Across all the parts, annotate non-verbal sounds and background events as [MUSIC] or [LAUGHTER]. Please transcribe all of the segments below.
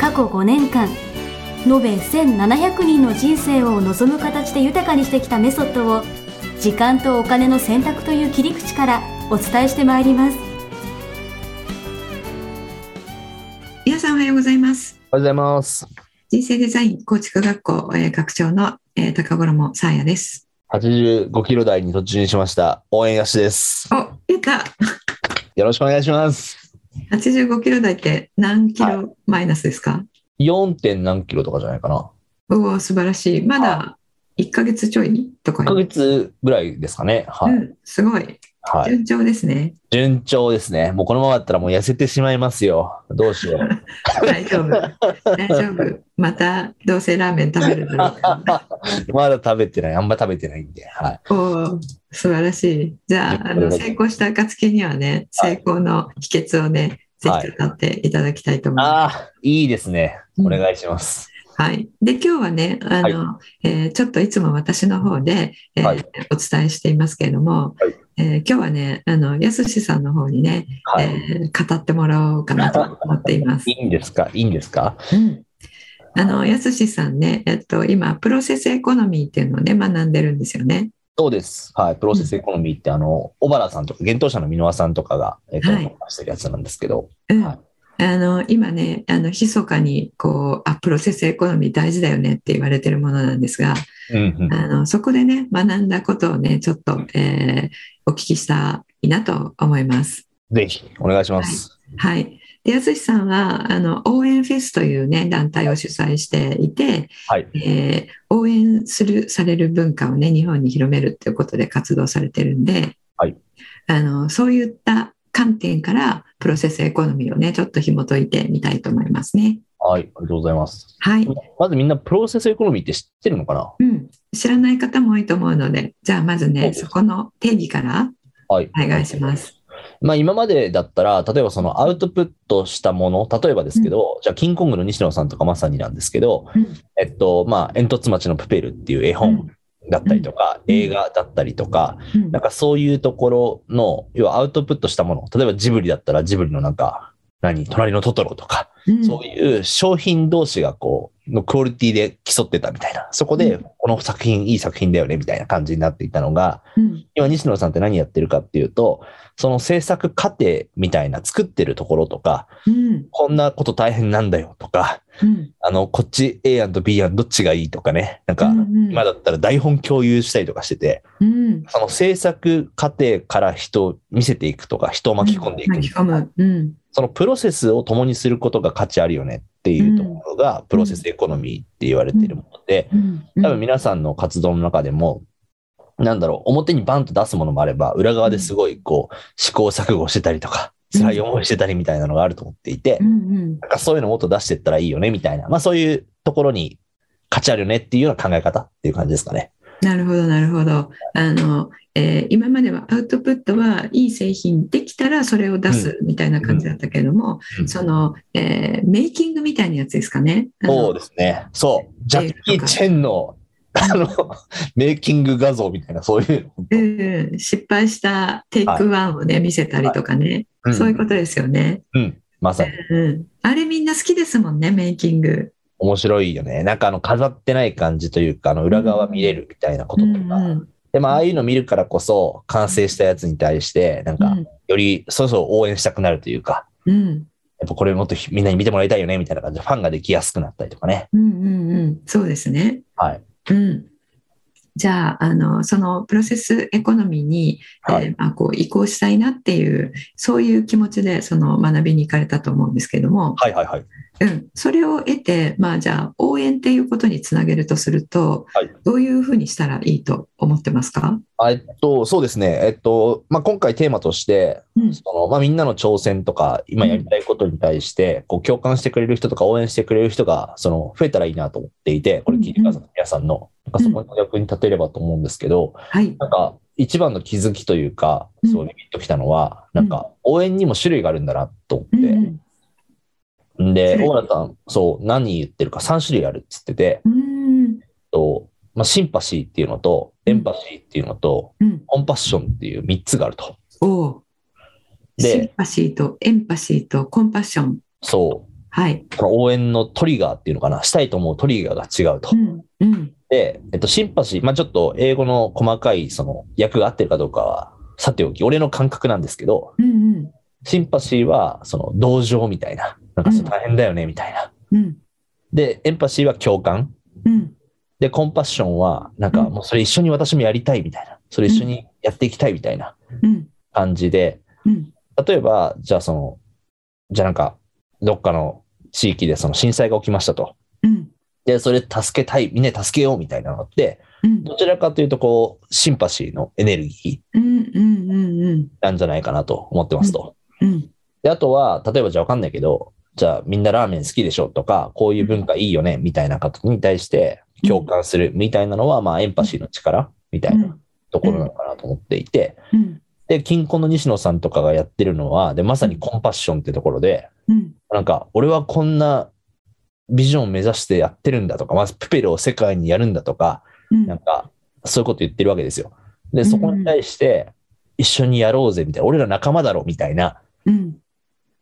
過去5年間延べ1700人の人生を望む形で豊かにしてきたメソッドを時間とお金の選択という切り口からお伝えしてまいります皆さんおはようございます。おはようございます。人生デザイン構築学校、えー学長の、えー高頃もさあやです。 85キロ台に突入しました。応援やしです。お、出た。よろしくお願いします。 85キロ台って何キロマイナスですか、 4. 点何キロとかじゃないかな。おお、素晴らしい。まだ1ヶ月ちょいとか1ヶ月ぐらいですかね。はい。うん、すごい。はい。順調ですね。順調ですね。もうこのままだったらもう痩せてしまいますよ。どうしよう。 [LAUGHS] 大丈夫。大丈夫。また、どうせラーメン食べる [LAUGHS] だろうから。まだ食べてない。あんま食べてないんで。はい。おお、素晴らしい。じゃあ、あの成功した暁にはね、成功の秘訣をね、ぜはいひ語っていただきたいと思います。ああ、いいですね。お願いします。はい、で今日はねあの、えーちょっといつも私の方で、えーはいお伝えしていますけれども、はいえー今日はねあのやすしさんの方にね、はい。えー語ってもらおうかなと思っていますい。いんですかいいんですかうんあのやすしさんね、えっと、今プロセスエコノミーっていうのをね学んでるんですよね。そうです。はい。プロセスエコノミーって、あの、小原さんとか、厳冬者の箕輪さんとかが、えっと、はい話してるやつなんですけど。うんはいあの今ねあの密かにこうあプロセスエコノミー大事だよねって言われてるものなんですが、うんうん。あのそこでね学んだことをねちょっと、えーお聞きしたいなと思います。ぜひ、お願いします。はい、でやすしさんはあの応援フェスという、ね、団体を主催していて、はいえー応援するされる文化を、ね、日本に広めるということで活動されてるんで、はいあのそういった観点からプロセスエコノミーをねちょっと紐解いてみたいと思いますね。はい、ありがとうございます。はいまずみんなプロセスエコノミーって知ってるのかなうん、知らない方も多いと思うのでじゃあまずそうねですそこの定義からはい。お願いします。まあ今までだったら、例えばそのアウトプットしたもの、例えばですけど、じゃあ、キングコングの西野さんとかまさになんですけど、うんえっと、まあ、煙突町のプペルっていう絵本だったりとか、うん映画だったりとか、うんなんかそういうところの、要はアウトプットしたもの、例えばジブリだったらジブリのなんか、何、隣のトトロとか、うんそういう商品同士がこう、のクオリティで競ってたみたいな。そこでうん、この作品、いい作品だよね、みたいな感じになっていたのが、うん今、西野さんって何やってるかっていうと、その制作過程みたいな作ってるところとか、うんこんなこと大変なんだよとか、うんあの、こっち A 案と B 案どっちがいいとかね、なんかう、ん今だったら台本共有したりとかしてて、うんその制作過程から人を見せていくとか、人を巻き込んでいくみ巻きた込いな。む。うんそのプロセスを共にすることが価値あるよねっていうところが、プロセスエコノミーって言われているもので、うんうん多分皆さんの活動の中でも、なんだろう、表にバンと出すものもあれば、裏側ですごいこう、試行錯誤してたりとか、うん辛い思いしてたりみたいなのがあると思っていてう、んうんなんかそういうのもっと出していったらいいよねみたいな、まあそういうところに価値あるよねっていうような考え方っていう感じですかね。なるほどなるほどあの、えー今まではアウトプットはいい製品できたらそれを出すみたいな感じだったけれども、うんその、えーメイキングみたいなやつですかね。あのそうですね。そう。ジャッキー・チェンの、あの、メイキング画像みたいな、そういう。うん失敗したテイクワンをね、見せたりとかね、んそういうことですよね、うん、まさに。うん。あれみんな好きですもんね、メイキング。面白いよね。なんかあの飾ってない感じというか、あの裏側見れるみたいなこととか。うんうんでもああいうの見るからこそ、完成したやつに対して、なんかうん、よりそろそろ応援したくなるというか、うんやっぱこれもっとみんなに見てもらいたいよねみたいな感じで、ファンができやすくなったりとかね。うんうんうん、そうですね。はい。うん、じゃああのそのプロセスエコノミーに、はえいーまあ、こう移行したいなっていうそういう気持ちでその学びに行かれたと思うんですけども、はいはいはい。うん、それを得て、まあ、じゃあ応援っていうことにつなげるとすると、はいどういうふうにしたらいいと思ってますか、あえっと、そうですね。えっと、まあ、今回テーマとして、うんその、まあ、みんなの挑戦とか、今やりたいことに対して、こう、共感してくれる人とか、応援してくれる人が、その、増えたらいいなと思っていて、これ聞いてくださった皆さんの、なんかそこの役に立てればと思うんですけど、はいなんか、一番の気づきというか、うんそう、ビビッときたのは、なんか、応援にも種類があるんだなと思うんうっんて、ん、で、種類大野さん、そう、何言ってるか3種類あるって言ってて、うんと、まあ、シンパシーっていうのと、エンパシーっていうのと、うんコンパッションっていう3つがあると。おうシンで、パシーとエンパシーとコンパッションそう、はい、その応援のトリガーっていうのかな、したいと思うトリガーが違うとう。んうんで、えっと、シンパシー、まあ、ちょっと英語の細かいその訳が合ってるかどうかは、さておき、俺の感覚なんですけど、うんうんシンパシーはその同情みたいな、なんかそううん大変だよねみたいな。うんで、エンパシーは共感。うんで、コンパッションは、なんかうんもうそれ一緒に私もやりたいみたいな、それ一緒にやっていきたいみたいなうん感じで、うん例えば、じゃあその、じゃあなんか、どっかの地域でその震災が起きましたと。うんで、それ助けたい、みんなで助けようみたいなのって、うんどちらかというと、こう、シンパシーのエネルギーうんうんうんうんなんじゃないかなと思ってますと。うんで、あとは、例えばじゃあわかんないけど、じゃあみんなラーメン好きでしょとか、こういう文化いいよねみたいなことに対して共感するみたいなのは、まあエンパシーの力みたいなところなのかなと思っていて、うんで、近婚の西野さんとかがやってるのは、で、まさにコンパッションってところで、うんなんか、俺はこんなビジョンを目指してやってるんだとか、まずプペルを世界にやるんだとか、うんなんか、そういうこと言ってるわけですよ。で、そこに対して、一緒にやろうぜ、みたいな、俺ら仲間だろ、みたいな、うん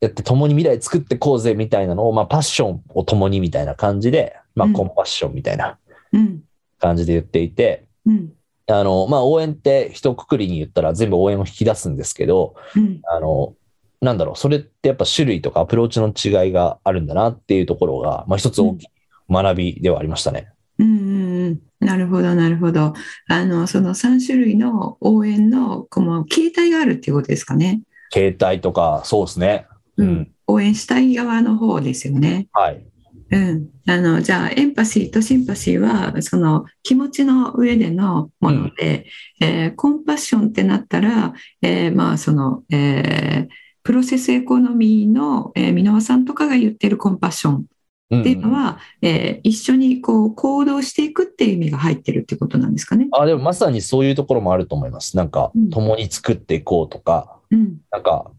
やって共に未来作ってこうぜ、みたいなのを、まあ、パッションを共にみたいな感じで、まあ、うんコンパッションみたいなうん感じで言っていて、うんあの、まあ、応援って一括りに言ったら全部応援を引き出すんですけど、うんあの、なんだろう、それってやっぱ種類とかアプローチの違いがあるんだなっていうところが、まあ、一つ大きい学びではありましたね。うんうんうんなるほどなるほどあのその3種類の応援のこの形態があるっていうことですかね、携帯とか、そうですね。うん。応援したい側の方ですよね、はい。うん、あのじゃあエンパシーとシンパシーはその気持ちの上でのもので、えーコンパッションってなったら、えーまあそのえープロセスエコノミーの、えー、箕輪さんとかが言ってるコンパッションうんっていうのは、えー一緒にこう行動していくっていう意味が入ってるってことなんですかね。あ、でもまさにそういうところもあると思います。なんかう、ん共に作っていこうとか、うん、なんか、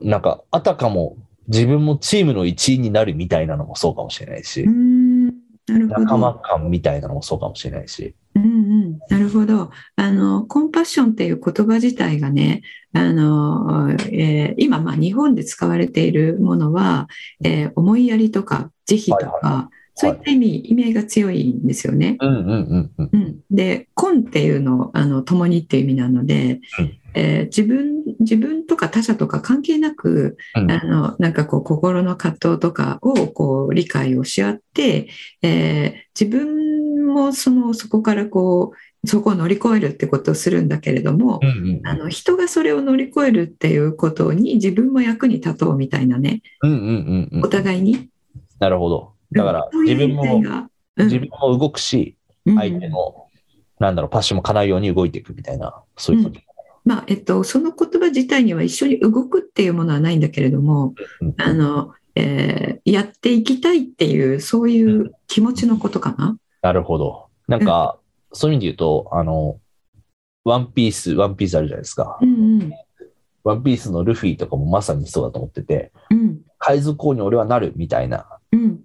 なんか、あたかも自分もチームの一員になるみたいなのもそうかもしれないしうー、んなるほど。仲間感みたいなのもそうかもしれないし。うんうん、なるほどあの。コンパッションっていう言葉自体がね、あのえー今、まあ、日本で使われているものは、えー思いやりとか慈悲とか、はいはいそういった意味、意味合いが強いんですよね。うんうんうんうん。うん、で「婚」っていうのをあの共にっていう意味なので、うんえー自分自分とか他者とか関係なく、うんあのなんかこう心の葛藤とかをこう理解をし合って、えー自分もそのそこからこうそこを乗り越えるってことをするんだけれども、うんうんあの人がそれを乗り越えるっていうことに自分も役に立とうみたいなねうんうんうんうおん。互いに。なるほど。だから、うん自分そういう意も味、がうん自分も動くし、うん相手の、なんだろう、パッションも叶うように動いていくみたいな、そういうこと。まあえっと、その言葉自体には一緒に動くっていうものはないんだけれどもうんあの、えーやっていきたいっていうそういう気持ちのことかな。なるほど。なんか、そういう意味で言うと、あの、ワンピース、ワンピースあるじゃないですか。うんうんワンピースのルフィとかもまさにそうだと思ってて、うん海賊王に俺はなるみたいなうん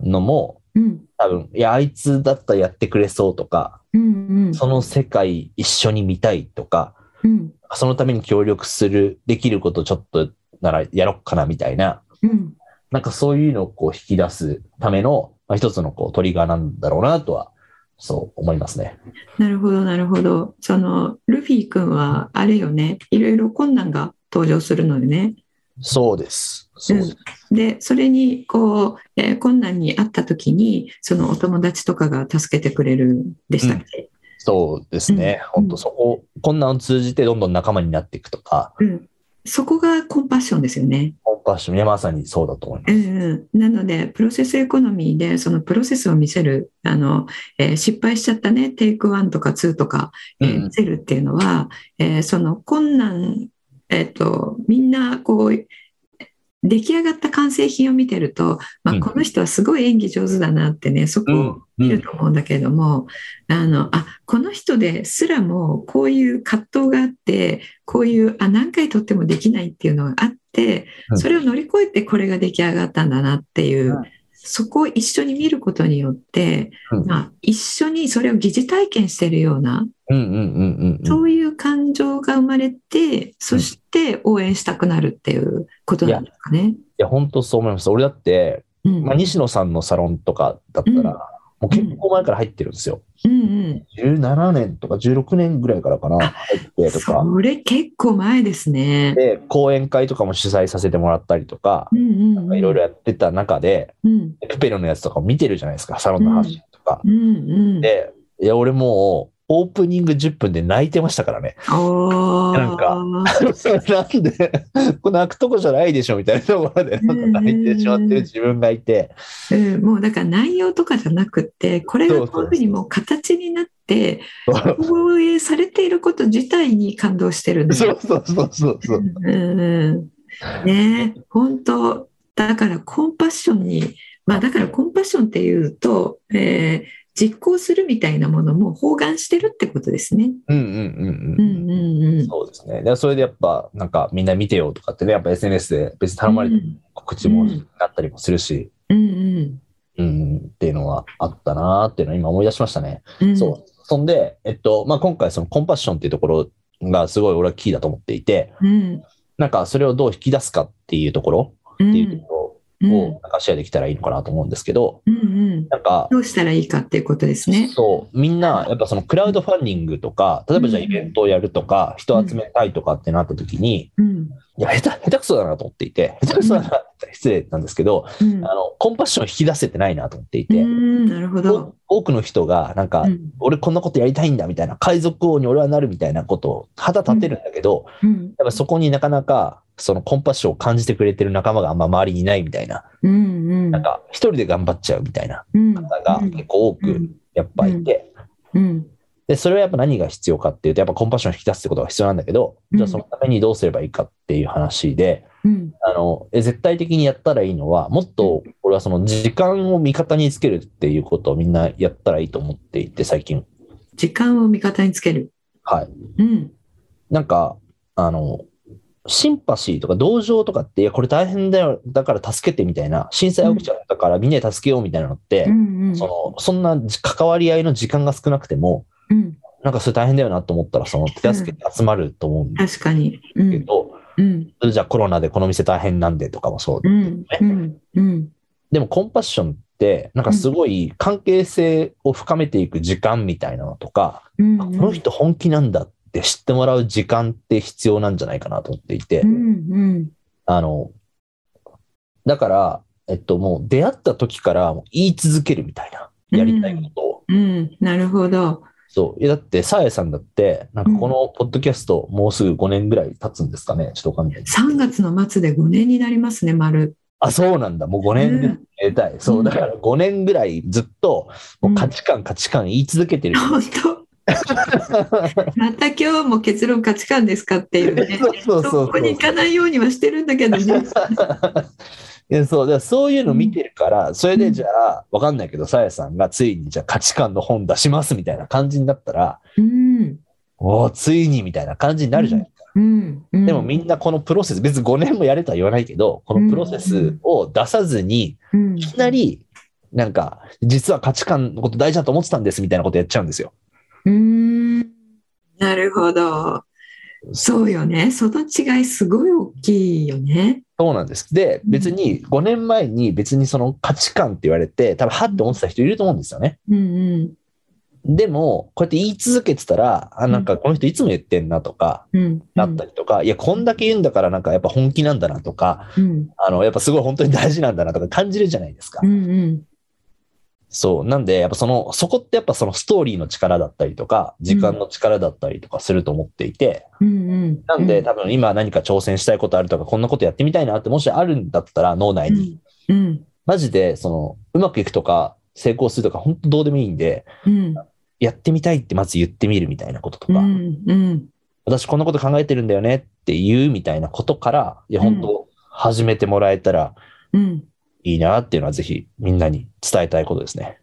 のも、うん多分、いや、あいつだったらやってくれそうとか、うんその世界一緒に見たいとか、うんそのために協力する、できることちょっとならやろっかなみたいな、うんなんかそういうのをこう引き出すための、まあ、一つのこうトリガーなんだろうなとは、そう思いますね。なるほどなるほどそのルフィ君はあれよねいろいろ困難が登場するのでねそうです。そうです。でそれにこう、えー困難にあった時にそのお友達とかが助けてくれるんでしたっけ、そうですね。うん本当そこ、困難を通じてどんどん仲間になっていくとか、うんそこがコンパッションですよね。コンおかしい。いやまさにそうだと思います。うんなので、プロセスエコノミーで、そのプロセスを見せる、あの、えー失敗しちゃったね、テイク1とか2とか、えーうん見せるっていうのは、えーその困難、えっ、と、みんな、こう、出来上がった完成品を見てると、まうあ、んこの人はすごい演技上手だなってね、そこをういると思うんだけれども、あのあこの人ですらもこういう葛藤があってこういうあ何回とってもできないっていうのがあってうんそれを乗り越えてこれが出来上がったんだなっていう、うんそこを一緒に見ることによって、うんまあ、一緒にそれを疑似体験してるような、うんうんうんうんそういう感情が生まれてそして応援したくなるっていうことなんですかね。いや、本当そう思います。俺だって、うんまあ、西野さんのサロンとかだったら、うんもう結構前から入ってるんですよ。うん17年とか16年ぐらいからかな、入っうてん、とか。それ結構前ですね。で、講演会とかも主催させてもらったりとか、うんうんうんいろいろやってた中で、うんプペルのやつとかを見てるじゃないですか、サロンの発信とか。うんうん、で、いや、俺もう、オープニング10分で泣いてましたからね。おーなんか [LAUGHS] なんで、これ泣くとこじゃないでしょみたいなところで、なんか泣いてしまってる自分がいて、うん、もうだから内容とかじゃなくってこれそがうそうこういうふうにもう形になっ [LAUGHS] てそう放映されていること自体に感動してるんだそうそうそうそうそう。うんうんねえ本当だからコンパッションにまあだからコンパッションっていうと、えー実行するみたいなものも包含してるってことですね。うんうんううんんううん。んうん。そうですね。で、それでやっぱ、なんかみんな見てよとかってね、やっぱ SNS で別に頼まれてうん告知もなったりもするし、うんうん、うん、っていうのはあったなーっていうのは今思い出しましたね。うん。そう。そんで、えっと、まあ、今回そのコンパッションっていうところがすごい俺はキーだと思っていて、うん。なんかそれをどう引き出すかっていうところうん。っていうとこうろんをなんかシェアできたらいいのかなと思うんですけど、うんうん。なんか、どうしたらいいかっていうことですね。そう、みんな、やっぱそのクラウドファンディングとか、例えばじゃあうんイベントをやるとか、人を集めたいとかってなった時に、うん。いや、下手、下手くそだなと思っていて、下手くそだなって言ったら失礼なんですけど、うんあの、コンパッションを引き出せてないなと思っていうて、ん、なるほど。お多くの人が、なんかう、ん俺こんなことやりたいんだみたいな、海賊王に俺はなるみたいなことを旗立てるんだけど、うんやっぱそこになかなか、そのコンパッションを感じてくれてる仲間があんま周りにいないみたいな、うんなんか、一人で頑張っちゃうみたいなうん方が結構多うく、んやっぱいて、うんで、それはやっぱ何が必要かっていうと、やっぱコンパッションを引き出すってことが必要なんだけど、うんじゃあそのためにどうすればいいかっていう話で、うんあの、え絶対的にやったらいいのは、もっと、俺はその時間を味方につけるっていうことをみんなやったらいいと思っていて、最近。時間を味方につける。はうい。んなんか、あの、シンパシーとか同情とかって、いや、これ大変だよ、だから助けてみたいな、震災起きちゃったからみんなで助けようみたいなのって、うんうんその、そんな関わり合いの時間が少なくても、うんなんかそれ大変だよなと思ったら、その手助けて集まると思うんです確かに。うけんど、うんじゃあコロナでこの店大変なんでとかもそうう。んうんうんでもコンパッションって、なんかすごい関係性を深めていく時間みたいなのとか、うんあこの人本気なんだって知ってもらう時間って必要なんじゃないかなと思っていて、うんうんあの、だから、えっと、もう出会った時からもう言い続けるみたいな、やりたいことを。うんなるほど。そう。いやだって、さえさんだって、なんかこのポッドキャスト、もうすぐ5年ぐらい経つんですかねちょっとわかんないです。 3月の末で5年になりますね、丸。あ、そうなんだ。もう5う年でん得たい。そうう、んだから5年ぐらいずっと、もう価値観、価値観言い続けてる。本当。また今日も結論価値観ですかっていうね。そうそうそうそうそこに行かないようにはしてるんだけどね。いやそう、だからそういうの見てるから、それでじゃあ、わかんないけど、さやさんがついにじゃあ価値観の本出しますみたいな感じになったら、うんおーついにみたいな感じになるじゃないですか。うんうんでもみんなこのプロセス、別に5年もやれとは言わないけど、このプロセスを出さずに、うんいきなり、なんか、実は価値観のこと大事だと思ってたんですみたいなことやっちゃうんですよ。うーんなるほど。そうよね。その違いすごい大きいよね。そうなんです。で、うん別に5年前に別にその価値観って言われて、多分はって思ってた人いると思うんですよね。うんうんでも、こうやって言い続けてたら、あ、なんかこの人いつも言ってんなとか、うんうん。なったりとか、いや、こんだけ言うんだからなんかやっぱ本気なんだなとか、うんあの、やっぱすごい本当に大事なんだなとか感じるじゃないですかうんう。んそう。なんで、やっぱその、そこってやっぱそのストーリーの力だったりとか、時間の力だったりとかすると思っていて、うんうん。なんで多分今何か挑戦したいことあるとか、こんなことやってみたいなって、もしあるんだったら脳内うに、ん、うん、マジで、その、うまくいくとか、成功するとか、本当どうでもいいんで、うん、やってみたいってまず言ってみるみたいなこととうか、ん、うん。私こんなこと考えてるんだよねって言うみたいなことから、いや、本当始めてもらえたらうんいいなっていうのは、ぜひみんなに伝えたいことですね。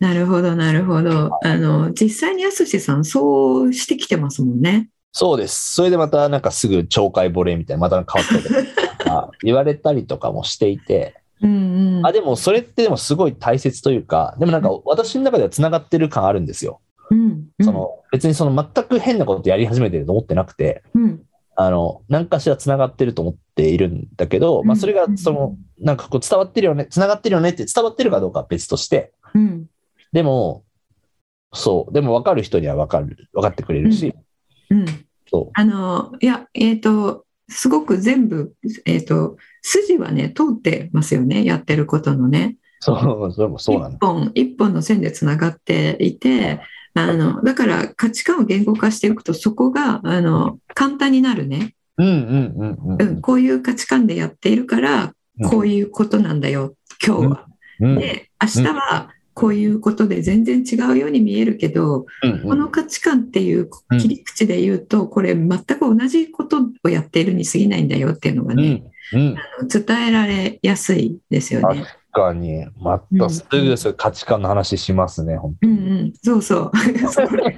なるほど、なるほど。あの、実際にやすしさん、そうしてきてますもんね。そうです。それでまたなんかすぐ懲戒ボレーみたいな、また変わったり [LAUGHS] とか言われたりとかもしていて、うん、うん。あ、でもそれってでもすごい大切というか、でもなんか私の中では繋がってる感あるんですよ。うん、うん、その別にその全く変なことやり始めてると思ってなくて、うん、あの、何かしら繋がってると思っているんだけど、まあそれがその、なんかこう伝わってるよね、繋がってるよねって伝わってるかどうかは別として、うん、でも、そう、でも分かる人には分かる、分かってくれるし、うん。そう、あの、いや、えっ、と、すごく全部、えっ、と、筋はね、通ってますよね、やってることのね。そう、それもそうなん一本、一本の線でつながっていて、あの、だから価値観を言語化していくと、そこが、あの、簡単になるね。うんうんうんううんうんん、こういう価値観でやっているから、うんこういうことなんだよ、今日は。うんで、明日は、こういうことで全然違うように見えるけど、うんこの価値観っていう切り口で言うと、これ全く同じことをやっているに過ぎないんだよっていうのがうね、んうん、伝えられやすいですよね。確かに、またすぐそういう価値観の話しますね、本うんうん、そうそう。 [LAUGHS] それ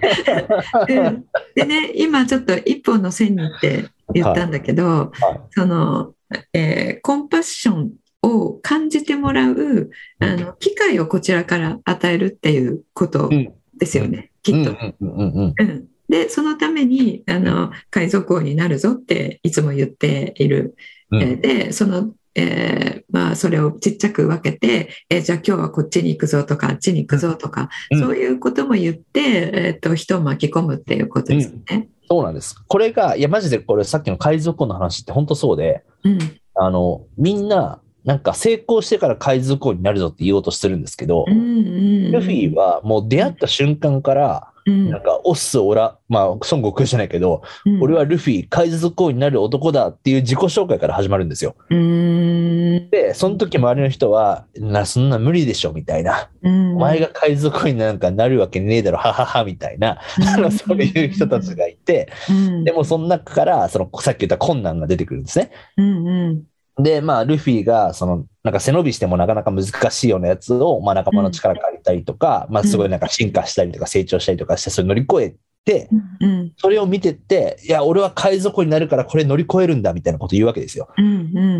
うんでね、今ちょっと一本の線にって言ったんだけど、はいその、えーコンパッションを感じてもらうあの機会をこちらから与えるっていうことうんですよね、当きっと。うんうんうんうんうん、でそのためにあの海賊王になるぞっていつも言っている、うんえーでその、えーまあ、それをちっちゃく分けて、えーじゃあ今日はこっちに行くぞとかあっちに行くぞとか、うんそういうことも言って、えー、と人を巻き込むっていうことですよね。そうなんです。これが、いや、マジでこれさっきの海賊王の話って本当そうで、うんあの、みんな、なんか成功してから海賊王になるぞって言おうとしてるんですけど、うんうんルフィはもう出会った瞬間から、うんなんか、オス、オラ、まあ、孫悟空じゃないけど、うん俺はルフィ、海賊王になる男だっていう自己紹介から始まるんですよ。うーんで、その時周りの人は、な、そんな無理でしょ、みたいな。うんお前が海賊王になんかなるわけねえだろ、ははは、みたいな、あのそういう人たちがいて、うんでもその中から、その、さっき言った困難が出てくるんですね。うんうんで、まあ、ルフィが、その、なんか背伸びしてもなかなか難しいようなやつを、まあ、仲間の力借りたりとか、まあ、すごいなんか進化したりとか成長したりとかして、それ乗り越えて、うんそれを見てって、いや、俺は海賊王になるからこれ乗り越えるんだ、みたいなこと言うわけですよ。うんう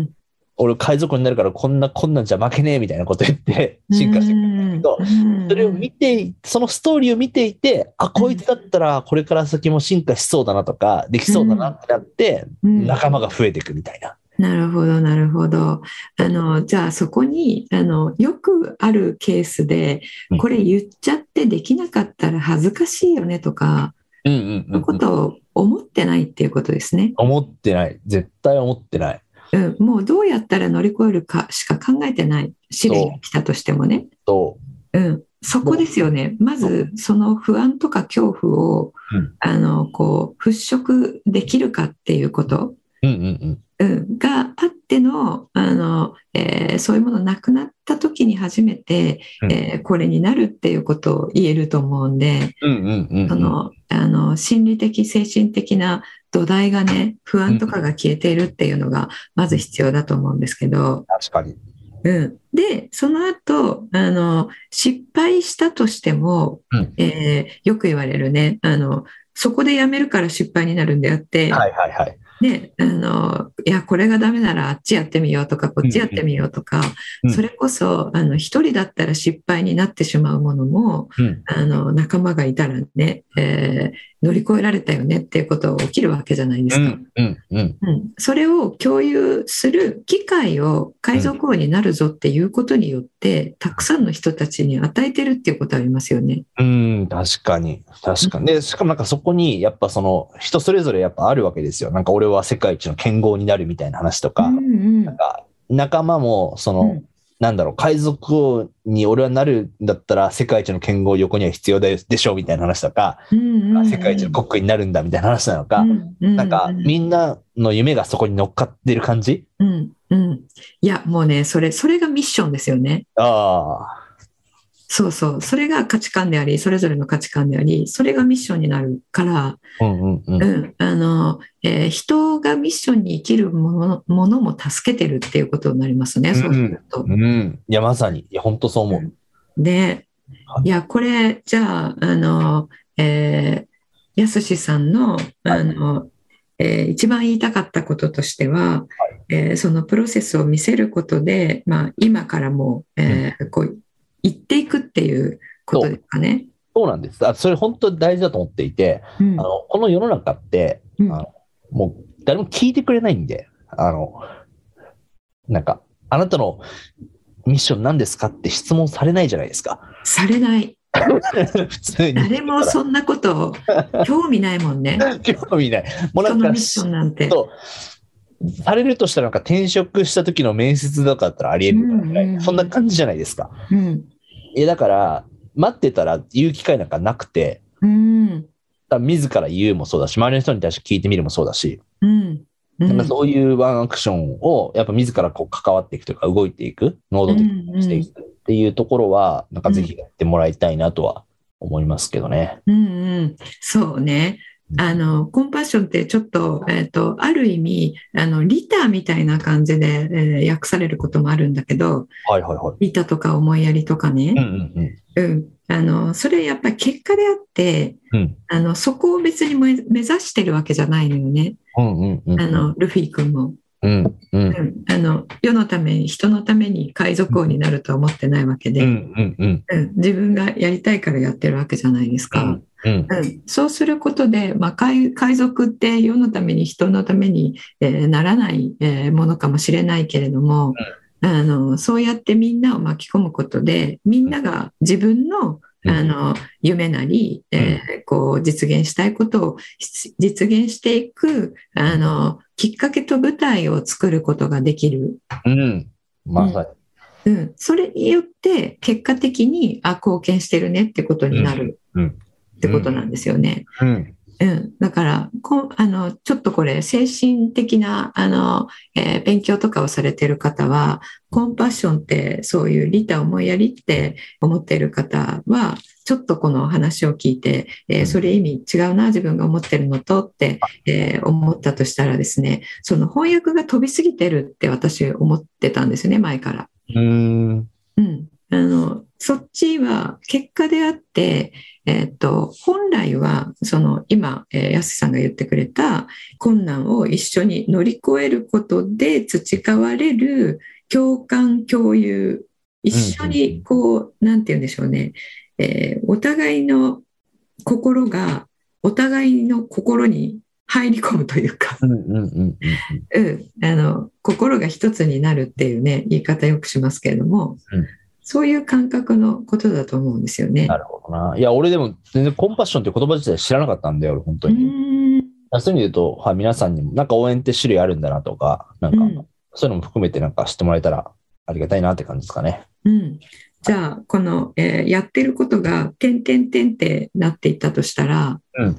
ん俺海賊王になるからこんな困難じゃ負けねえ、みたいなこと言って、進化してくるんだけど、うんそれを見てい、そのストーリーを見ていて、あ、こいつだったらこれから先も進化しそうだなとか、できそうだなってなって、うん仲間が増えていくみたいな。なるほど、なるほど。あの、じゃあそこに、あの、よくあるケースでうん、これ言っちゃってできなかったら恥ずかしいよねとか、うんそういうことを思ってないっていうことですね。思ってない。絶対思ってない。うん、もうどうやったら乗り越えるかしか考えてない試練が来たとしてもね。と、うん、そこですよね。まず、その不安とか恐怖をうん、あの、こう、払拭できるかっていうこと。うんうんうん、があってのあの、えーそういうものなくなった時に初めて、うんえーこれになるっていうことを言えると思うんで、うん。うんうんうん。そのあの心理的精神的な土台がね不安とかが消えているっていうのがまず必要だと思うんですけど、確かに。うん、でその後あの失敗したとしても、うんえーよく言われるねあのそこでやめるから失敗になるんであって、はいはいはい。ね、あの、いや、これがダメならあっちやってみようとか、こっちやってみようとかうん、それこそ、あの、一人だったら失敗になってしまうものも、うんあの、仲間がいたらね、えー乗り越えられたよねっていうことが起きるわけじゃないでうすか。んうんうん。うん。それを共有する機会を海賊王になるぞっていうことによって、たくさんの人たちに与えてるっていうことありますよね。うん、確かに。確かに。で、しかもなんかそこに、やっぱその、人それぞれやっぱあるわけですよ。なんか俺は世界一の剣豪になるみたいな話とか、うんうんなんか仲間も、その、うんなんだろう、海賊王に俺はなるんだったら、世界一の剣豪横には必要ででしょうみたいな話とか、うんうん世界一のコックになるんだみたいな話なのか、なんか、みんなの夢がそこに乗っかってる感じうんうん、いやもうねそれそれがミッションですよねああ、そうそうそれが価値観でありそれぞれの価値観でありそれがミッションになるから、うんうんうん。うんあのえー人がミッションに生きるものものも助けてるっていうことになりますね、そうすると。うん。いや、まさに。いや、本当そう思う。ではいいやこれじゃああの、えー、やすしさんのあの、えー一番言いたかったこととしては、えーそのプロセスを見せることで、まあ、今からもう、えーこう言っていくっていうことですかね。そうなんです。あそれ本当に大事だと思っていて、うんあのこの世の中って、うんあのもう誰も聞いてくれないんで、あの、なんか、あなたのミッション何ですかって質問されないじゃないですか。されない [LAUGHS] 普通に。誰もそんなこと興味ないもん [LAUGHS] ね興味ない。もうな人んのかミッ、ションなんて。そうされるとしたらなんか転職した時の面接とかだったらありえるみたいなぐらい、うんうんうんそんな感じじゃないですか。うんいや、だから、待ってたら言う機会なんかなくて、うんだから自ら言うもそうだし、周りの人に対して聞いてみるもそうだし、うんうなんんかそういうワンアクションを、やっぱ自らこう関わっていくというか、動いていく、能動的にしていくっていうところは、なんかぜひやってもらいたいなとは思いますけどね。うんうん、そうね。あの、コンパッションってちょっと、えっと、ある意味、あの、リターみたいな感じで、えー訳されることもあるんだけど、はいはいはい。リタとか思いやりとかうんね。うんうん。あの、それやっぱり結果であって、うん。うんあの、そこを別に目目指してるわけじゃないのよね。うんうんうん。あの、ルフィ君も。うんうんうん。あの、世のために、人のために海賊王になるとは思ってないわけうんうで、んうんうん。自分がやりたいからやってるわけじゃないですか。うんうん、そうすることで、まあ、海海賊って世のために人のために、えーならない、えーものかもしれないけれども、あのそうやってみんなを巻き込むことでみんなが自分の,、うんあの夢なり、えーこう実現したいことをし実現していくあのきっかけと舞台を作ることができる、うん。まさに。うん、それによって結果的にあ貢献してるねってことになるうんうんってことなんですよね。うんうん、だからこあのちょっとこれ精神的なあの、えー勉強とかをされてる方はコンパッションってそういう利他思いやりって思っている方はちょっとこの話を聞いて、えーうんそれ意味違うな自分が思ってるのとって、えー思ったとしたらですねその翻訳が飛びすぎてるって私思ってたんですよね前から。うん。うん、あのそっちは結果であって、えーっと本来はその今、えー、安さんが言ってくれた困難を一緒に乗り越えることで培われる共感共有一緒にこう、なんて言うんでしょうね、えーお互いの心がお互いの心に入り込むというか、うんうんうん。うん、あの心が一つになるっていうね言い方よくしますけれども、うんそういう感覚のことだと思うんですよね。なるほどな。いや、俺でも全然コンパッションって言葉自体知らなかったんだよ、俺、本当に。そういう意味で言うと、はい、皆さんにも、なんか応援って種類あるんだなとか、なんうか、んうんそういうのも含めてなんか知ってもらえたらありがたいなって感じですかね。うんじゃあこの、えーやってることが「点点点」ってなっていったとしたら、うん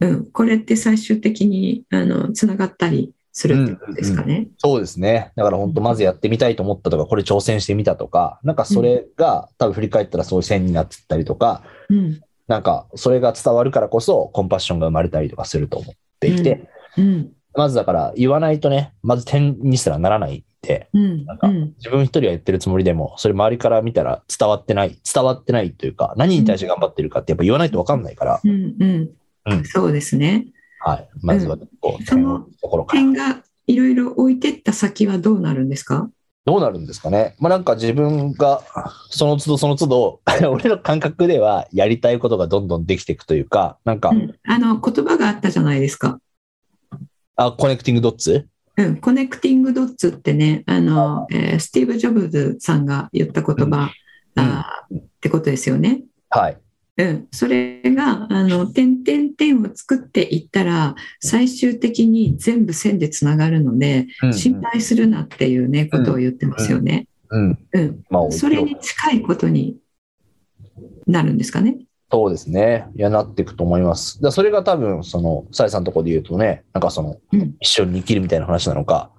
うんこれって最終的にあのつながったりするってことですかね。そうですね。だから本当、まずやってみたいと思ったとか、これ挑戦してみたとか、なんかそれが多分振り返ったらそういう線になってったりとか、うんなんかそれが伝わるからこそコンパッションが生まれたりとかすると思っていて、うんまずだから言わないとね、まず点にすらならないって、うんなんかうん自分一人は言ってるつもりでも、それ周りから見たら伝わってない、伝わってないというか、何に対して頑張ってるかってやっぱ言わないと分かんないから、うんうんうんそうですね。はい。まずはこう、そ点をのところから点。がいろいろ置いてった先はどうなるんですかどうなるんですかね。まあなんか自分がその都度その都度、 [LAUGHS] 俺の感覚ではやりたいことがどんどんできていくというか、なんか、うんあの言葉があったじゃないですか。あ、コネクティングドッツうん、コネクティングドッツってね、あの、えースティーブ・ジョブズさんが言った言葉、うんあーってことですよね。はい。うん、それが、あの、点々点を作っていったら、最終的に全部線でつながるので、うん心配するなっていうね、ことを言ってますよね。うん。うん、まあ、それに近いことになるんですかね。そうですね。いや、なっていくと思います。だからそれが多分、その、サイさんのところで言うとね、なんかその、うん一緒に生きるみたいな話なのか、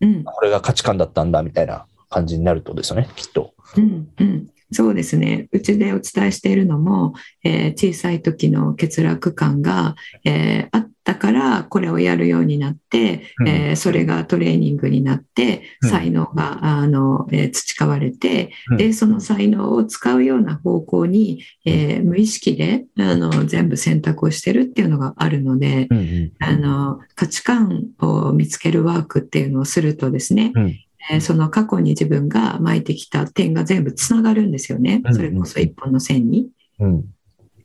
うんこれが価値観だったんだ、みたいな感じになるってことですよね、きっと。うんうん、そうですねうちでお伝えしているのも、えー小さい時の欠落感が、えーあったからこれをやるようになって、うんえーそれがトレーニングになってうん才能が、あのえー培われて、うんでその才能を使うような方向に、えー無意識であの全部選択をしてるっていうのがあるので。うんうんあの価値観を見つけるワークっていうのをするとですね、うんえーその過去に自分が巻いてきた点が全部つながるんですよね、うんそれこそ一本の線に。うん。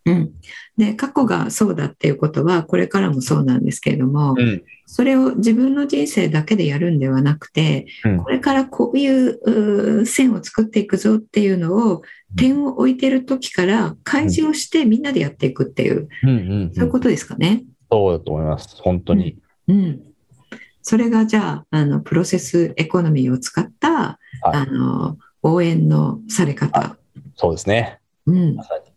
うん、で過去がそうだっていうことはこれからもそうなんですけれども、うん。それを自分の人生だけでやるんではなくて、うんこれからこういううー線を作っていくぞっていうのを点を置いてる時から開示をしてみんなでやっていくっていう、うんうん。そういうことですかね。そうだと思います。本当に。うん、それがじゃああのプロセスエコノミーを使った、あの応援のされ方、そうですね。うんまさに。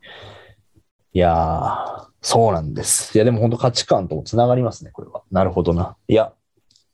いやー、そうなんです。いや、でも本当価値観ともつながりますね、これは。なるほどな。いや、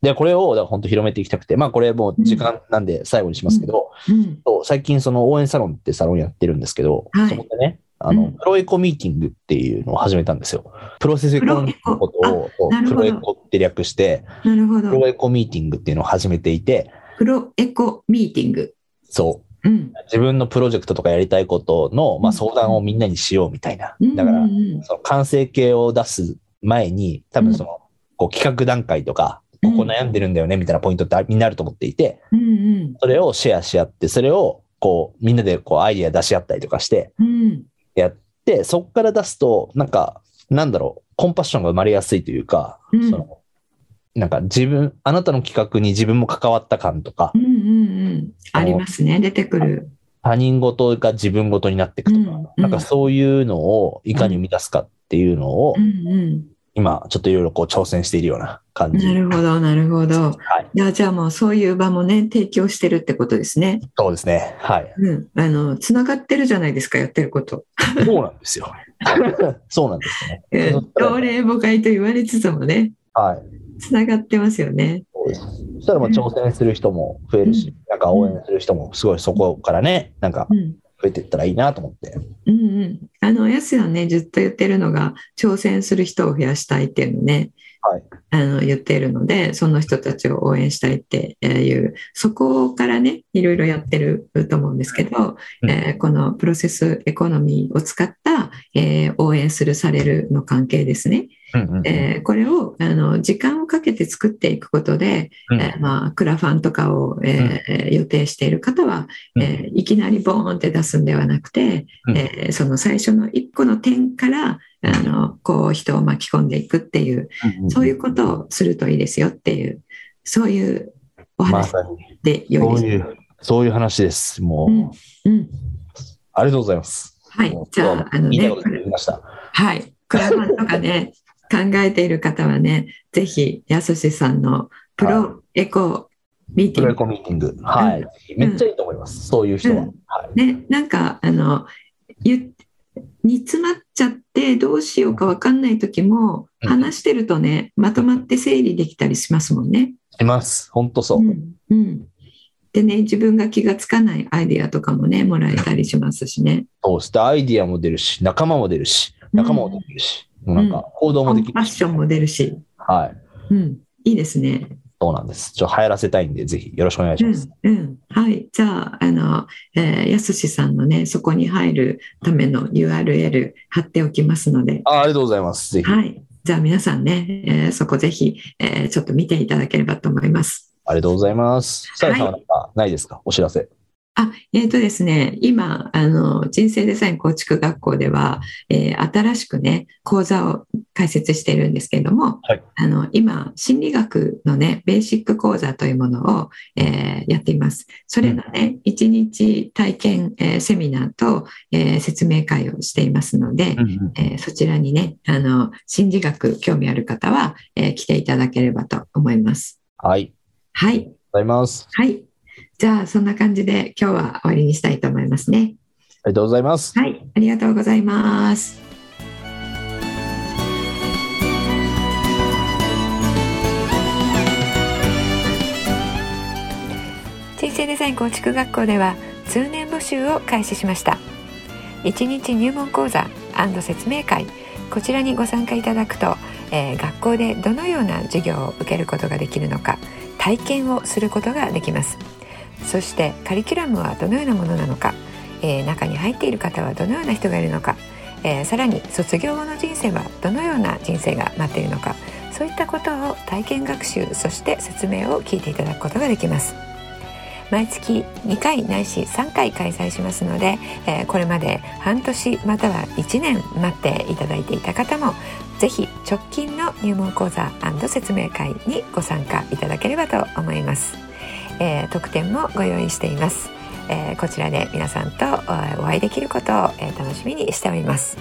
で、これを、だから本当広めていきたくて、まあ、これもう時間なんで最後にしますけど、うんそう最近その応援サロンってサロンやってるんですけど、はいそこでね、あの、うんプロエコミーティングっていうのを始めたんですよ。プロセスエコノミーのことをそうなるプほどロエコって略して、なるほプどロエコミーティングっていうのを始めていて、プロエコミーティング、そう、うん、自分のプロジェクトとかやりたいことの、まあ、相談をみんなにしようみたいな。だかうらん、うんその完成形を出す前に、多分その、こう企画段階とか、うこんこ悩んでるんだよねみたいなポイントってみんなあると思っていて、うんうんそれをシェアし合って、それをこうみんなでこうアイディア出し合ったりとかして、うんやって、そこから出すと、なんか、なんだろう、コンパッションが生まれやすいというか、うんそのなんか自分、あなたの企画に自分も関わった感とかう、んうんうんありますね出てくる、他人事が自分事になっていくとか、うんなんかそういうのをいかに生み出すかっていうのを、うんうん今ちょっといろいろこう挑戦しているような感じ。なるほどなるほどはい。いやじゃあもうそういう場もね提供してるってことですね、そうですね。はい。うん、あのつながってるじゃないですかやってることそうなんですよ。 [LAUGHS] そうなんですよね。えー老齢母会と言われつつもね、はい。つながってますよね。そうです。そしたらまあ挑戦する人も増えるし、うなんか応援する人もすごいそこからね、なんかうん、増えていったらいいなと思って。うん、うん。あの、やすやね、ずっと言ってるのが、挑戦する人を増やしたいっていうのね、はいあの言っているので、その人たちを応援したいっていう、そこからね、いろいろやってると思うんですけど、うんえーこのプロセスエコノミーを使った、えー応援するされるの関係ですね。うんうんうんえーこれをあの時間をかけて作っていくことで、うんえーまあ、クラファンとかを、えー予定している方は、うんえーいきなりボーンって出すんではなくて、うんえーその最初の一個の点からあのこう人を巻き込んでいくっていうそういうことをするといいですよっていうそういうおま話さに、でよいでそうす。いう、そういう話です。もう、うんうんありがとうございます。はいもうじゃああの言いたねいこと言いました。はい。クラファンとか [LAUGHS] ね、考えている方はね、ぜひ、やすしさんのプロエコミーティプロンエグ、コミーティング。はい。めっちゃいいと思います。そういう人は。うんはい。ね、なんか、あの、ゆ煮詰まっちゃってどうしようかわかんない時もうん話してるとね、まとまって整理できたりしますもんね。います。本当そう。んうん、でね自分が気がつかないアイデアとかもねもらえたりしますしね。そうしてアイディアも出るし、仲間も出るし、仲間もできるし、もうなんか行動コもンできパッるし。ションも出るし、はうい。ん、いいですね。そうなんです。ちょっと流行らせたいんで、ぜひよろしくお願いします。うんうん、はい。じゃあ、あの、えーやすしさんのね、そこに入るための URL 貼っておきますので、あありがとうございます。ぜひ。はい。じゃあ皆さんね、えーそこぜひ、えーちょっと見ていただければと思います。ありがとうございます。さやさんはなんかないですかお知らせ。あ、えっ、とですね、今、あの、人生デザイン構築学校では、えー新しくね、講座を開設しているんですけれども、はいあの、今、心理学のね、ベーシック講座というものを、えーやっています。それのね、1日体験、えーセミナーと、えー説明会をしていますので、えーそちらにね、あの、心理学興味ある方は、えー来ていただければと思います。はい。ありがとはうい。ございます。はい。じゃあそんな感じで今日は終わりにしたいと思いますね。りがとうございます。はい、ありがとうございます。人生デザイン構築学校では通年募集を開始しました一日入門講座説明会こちらにご参加いただくと、えー学校でどのような授業を受けることができるのか体験をすることができますそしてカリキュラムはどのようなものなのか、えー中に入っている方はどのような人がいるのか、えーさらに卒業後の人生はどのような人生が待っているのかそういったことを体験学習そして説明を聞いていただくことができます毎月2回ないし3回開催しますので、えーこれまで半年または1年待っていただいていた方もぜひ直近の入門講座説明会にご参加いただければと思います、えー特典もご用意しています、えーこちらで皆さんとえーお会いできることをえー楽しみにしております